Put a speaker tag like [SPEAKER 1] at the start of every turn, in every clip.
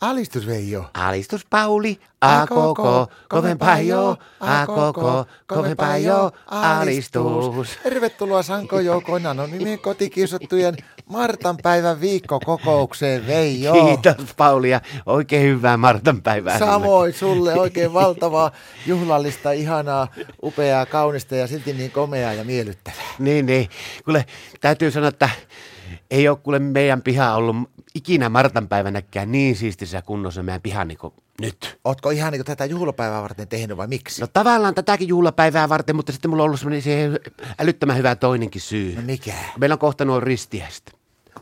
[SPEAKER 1] Alistus Veijo.
[SPEAKER 2] Alistus Pauli, a koko, kovempaa jo, a koko, kovempaa jo, alistus.
[SPEAKER 1] Tervetuloa Sanko Joukoin anonyymiin kotikiusattujen Martan päivän viikkokokoukseen Veijo.
[SPEAKER 2] Kiitos Pauli ja oikein hyvää Martan päivää.
[SPEAKER 1] Samoin sulle oikein valtavaa, juhlallista, ihanaa, upeaa, kaunista ja silti niin komeaa ja miellyttävää.
[SPEAKER 2] Niin, niin. Kuule, täytyy sanoa, että ei ole kuule meidän piha ollut ikinä Martan päivänäkään niin siistissä kunnossa meidän piha niin kuin nyt.
[SPEAKER 1] Ootko ihan niin tätä juhlapäivää varten tehnyt vai miksi?
[SPEAKER 2] No tavallaan tätäkin juhlapäivää varten, mutta sitten mulla on ollut semmoinen siihen älyttömän hyvä toinenkin syy.
[SPEAKER 1] No mikä?
[SPEAKER 2] Meillä on kohta nuo ristiäiset.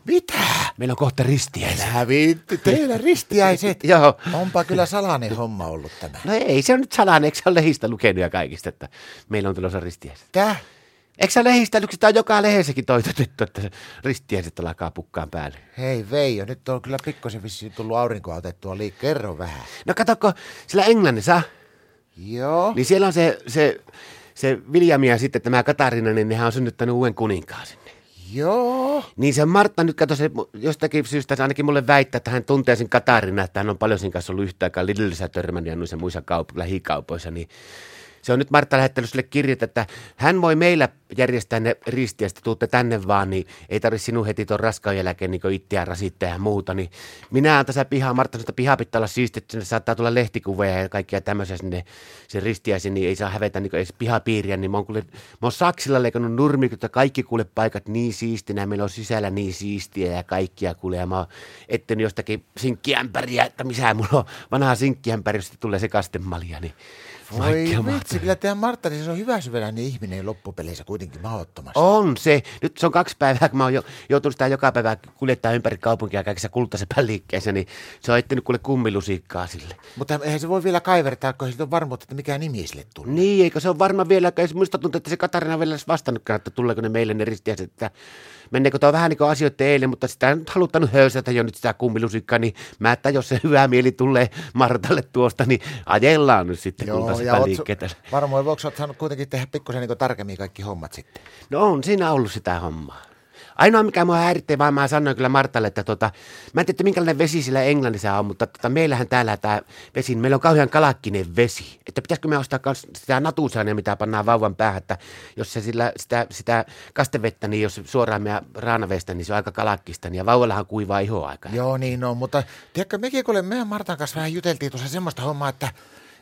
[SPEAKER 1] Mitä?
[SPEAKER 2] Meillä on kohta ristiäiset.
[SPEAKER 1] Älä viitti, teillä ristiäiset.
[SPEAKER 2] Joo.
[SPEAKER 1] Onpa kyllä salainen homma ollut tämä.
[SPEAKER 2] No ei, se on nyt salainen, eikö sä ole lehdistä lukenut ja kaikista, että meillä on tulossa ristiäiset.
[SPEAKER 1] Täh?
[SPEAKER 2] Eikö sä lehdistä, sitä on joka lehdessäkin toitotettu, että ristiäiset alkaa pukkaan päälle.
[SPEAKER 1] Hei Veijo, nyt on kyllä pikkusen vissiin tullut aurinkoa otettua liikkeen. Kerro vähän.
[SPEAKER 2] No katokko, sillä Englannissa,
[SPEAKER 1] Joo.
[SPEAKER 2] niin siellä on se, se, se Viljami ja sitten tämä Katarina, niin nehän on synnyttänyt uuden kuninkaan sinne.
[SPEAKER 1] Joo.
[SPEAKER 2] Niin se Martta nyt kato, se mu- jostakin syystä se ainakin mulle väittää, että hän tuntee sen Katarina, että hän on paljon sen kanssa ollut yhtä aikaa Lidlissä törmännyt ja noissa muissa kaup- lähikaupoissa, niin se on nyt Martta lähettänyt sille kirjat, että hän voi meillä järjestää ne ristiästä, tuutte tänne vaan, niin ei tarvitse sinun heti tuon raskaan jälkeen niin itseään rasittaa ja muuta. Niin minä oon tässä pihaa, Martta sanoi, että piha pitää olla siisti, että sinne saattaa tulla lehtikuvia ja kaikkia tämmöisiä sinne sen ristiäisiin, niin ei saa hävetä niin edes pihapiiriä. Niin mä oon, kuule, mä oon Saksilla leikannut nurmikot ja kaikki kuule paikat niin siistinä, meillä on sisällä niin siistiä ja kaikkia kuule. Ja mä oon etten jostakin sinkkiämpäriä, että missä mulla on vanhaa sinkkiämpäri, josta tulee se kastemalja, niin
[SPEAKER 1] Voi
[SPEAKER 2] vaikea
[SPEAKER 1] vitsi, kyllä tämä Martta, siis on hyvä syvänäinen ihminen loppupeleissä kuitenkin mahdottomasti.
[SPEAKER 2] On se. Nyt se on kaksi päivää, kun mä oon jo, joutunut sitä joka päivä kuljettaa ympäri kaupunkia kaikissa kultasepän liikkeissä, niin se on ettänyt kuule kummilusikkaa sille.
[SPEAKER 1] Mutta eihän se voi vielä kaivertaa, kun ei siltä ole varmuutta, että mikä nimi sille tuli.
[SPEAKER 2] Niin, eikö se on varma vielä, kun ei se muista tuntuu, että se Katarina on vielä edes vastannutkaan, että tuleeko ne meille ne ristiäiset, että menneekö tuo vähän niin kuin asioita eilen, mutta sitä on haluttanut höysätä jo nyt sitä kummilusikkaa, niin mä, että jos se hyvä mieli tulee Martalle tuosta, niin ajellaan nyt sitten kultasepän
[SPEAKER 1] oot-
[SPEAKER 2] liikkeitä.
[SPEAKER 1] varmoin voiko olet saanut kuitenkin tehdä pikkusen niin tarkemmin kaikki hommat sitten?
[SPEAKER 2] No on siinä ollut sitä hommaa. Ainoa mikä mua häiritsee, vaan mä sanoin kyllä Martalle, että tota, mä en tiedä, että minkälainen vesi sillä Englannissa on, mutta tota, meillähän täällä tämä vesi, niin meillä on kauhean kalakkinen vesi. Että pitäisikö me ostaa kans sitä natusaania, mitä pannaan vauvan päähän, että jos se sillä, sitä, sitä kastevettä, niin jos suoraan meidän raanavestä, niin se on aika kalakkista, niin ja vauvallahan kuivaa ihoa aika.
[SPEAKER 1] Joo, niin on, mutta tiedätkö, mekin kuule, meidän Martan kanssa vähän juteltiin tuossa semmoista hommaa, että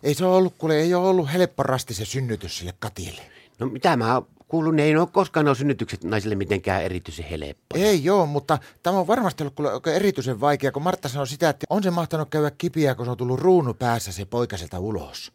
[SPEAKER 1] ei se ole ollut, kuule, ei ole ollut helppo rasti se synnytys sille Katille.
[SPEAKER 2] No mitä mä oon kuullut, ne ei ole koskaan nuo synnytykset naisille mitenkään erityisen helppoja.
[SPEAKER 1] Ei joo, mutta tämä on varmasti ollut kuule oikein erityisen vaikea, kun Martta sanoi sitä, että on se mahtanut käydä kipiä, kun se on tullut ruunu päässä se poika sieltä ulos.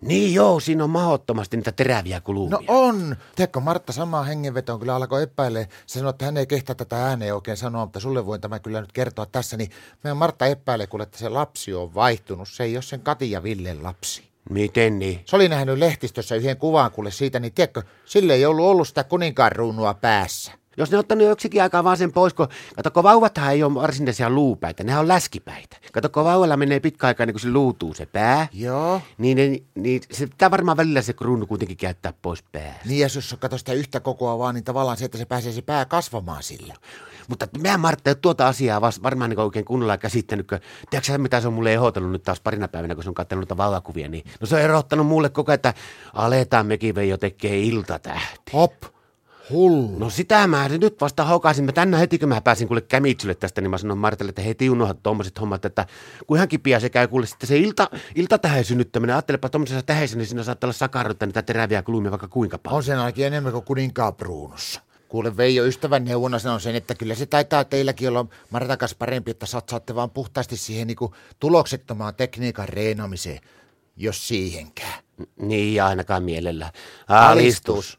[SPEAKER 2] Niin joo, siinä on mahdottomasti niitä teräviä kulumia.
[SPEAKER 1] No on! Tiedätkö, Martta samaa hengenvetoon kyllä alkoi epäilee. Se sanoi, että hän ei kehtaa tätä ääneen oikein sanoa, mutta sulle voin tämä kyllä nyt kertoa tässä. Niin meidän Martta epäilee kuule, että se lapsi on vaihtunut. Se ei ole sen Kati ja Villen lapsi.
[SPEAKER 2] Miten niin?
[SPEAKER 1] Se oli nähnyt lehdistössä yhden kuvan kuule siitä, niin tiedätkö, sille ei ollut ollut sitä kuninkaan ruunua päässä.
[SPEAKER 2] Jos ne on ottanut joksikin aikaa vaan sen pois, kun katsokko vauvathan ei ole varsinaisia luupäitä, nehän on läskipäitä. Katsokko vauvalla menee pitkä aikaa, niin kun se luutuu se pää,
[SPEAKER 1] Joo.
[SPEAKER 2] niin, niin, niin se pitää varmaan välillä se kruunu kuitenkin käyttää pois päästä.
[SPEAKER 1] Niin ja jos katsoo sitä yhtä kokoa vaan, niin tavallaan se, että se pääsee se pää kasvamaan sillä.
[SPEAKER 2] Mutta mä Martta ei ole tuota asiaa vas, varmaan niin oikein kunnolla käsittänyt, kun tiedätkö sä, mitä se on mulle ehdotellut nyt taas parina päivänä, kun se on katsellut noita vauvakuvia, niin no se on erottanut mulle koko ajan, että aletaan mekin Veijo tekee iltatähti.
[SPEAKER 1] Hop. Hullu.
[SPEAKER 2] No sitä mä nyt vasta hokasin. Mä tänään heti, kun mä pääsin kuule kämitsylle tästä, niin mä sanoin Martelle, että heti unohda tuommoiset hommat, että kun ihan kipiä se käy kuule sitten se ilta, iltatähän synnyttäminen. Ajattelepa tuommoisessa tähäisessä, niin siinä saattaa olla sakaroita niitä teräviä kulmia vaikka kuinka paljon.
[SPEAKER 1] On sen ainakin enemmän kuin kuninkaan pruunussa. Kuule Veijo, ystävän neuvona sanon sen, että kyllä se taitaa teilläkin olla Martakas parempi, että satsaatte vaan puhtaasti siihen niin kuin tuloksettomaan tekniikan reenaamiseen, jos siihenkään.
[SPEAKER 2] N- Niin ja ainakaan mielellä.
[SPEAKER 1] Alistus.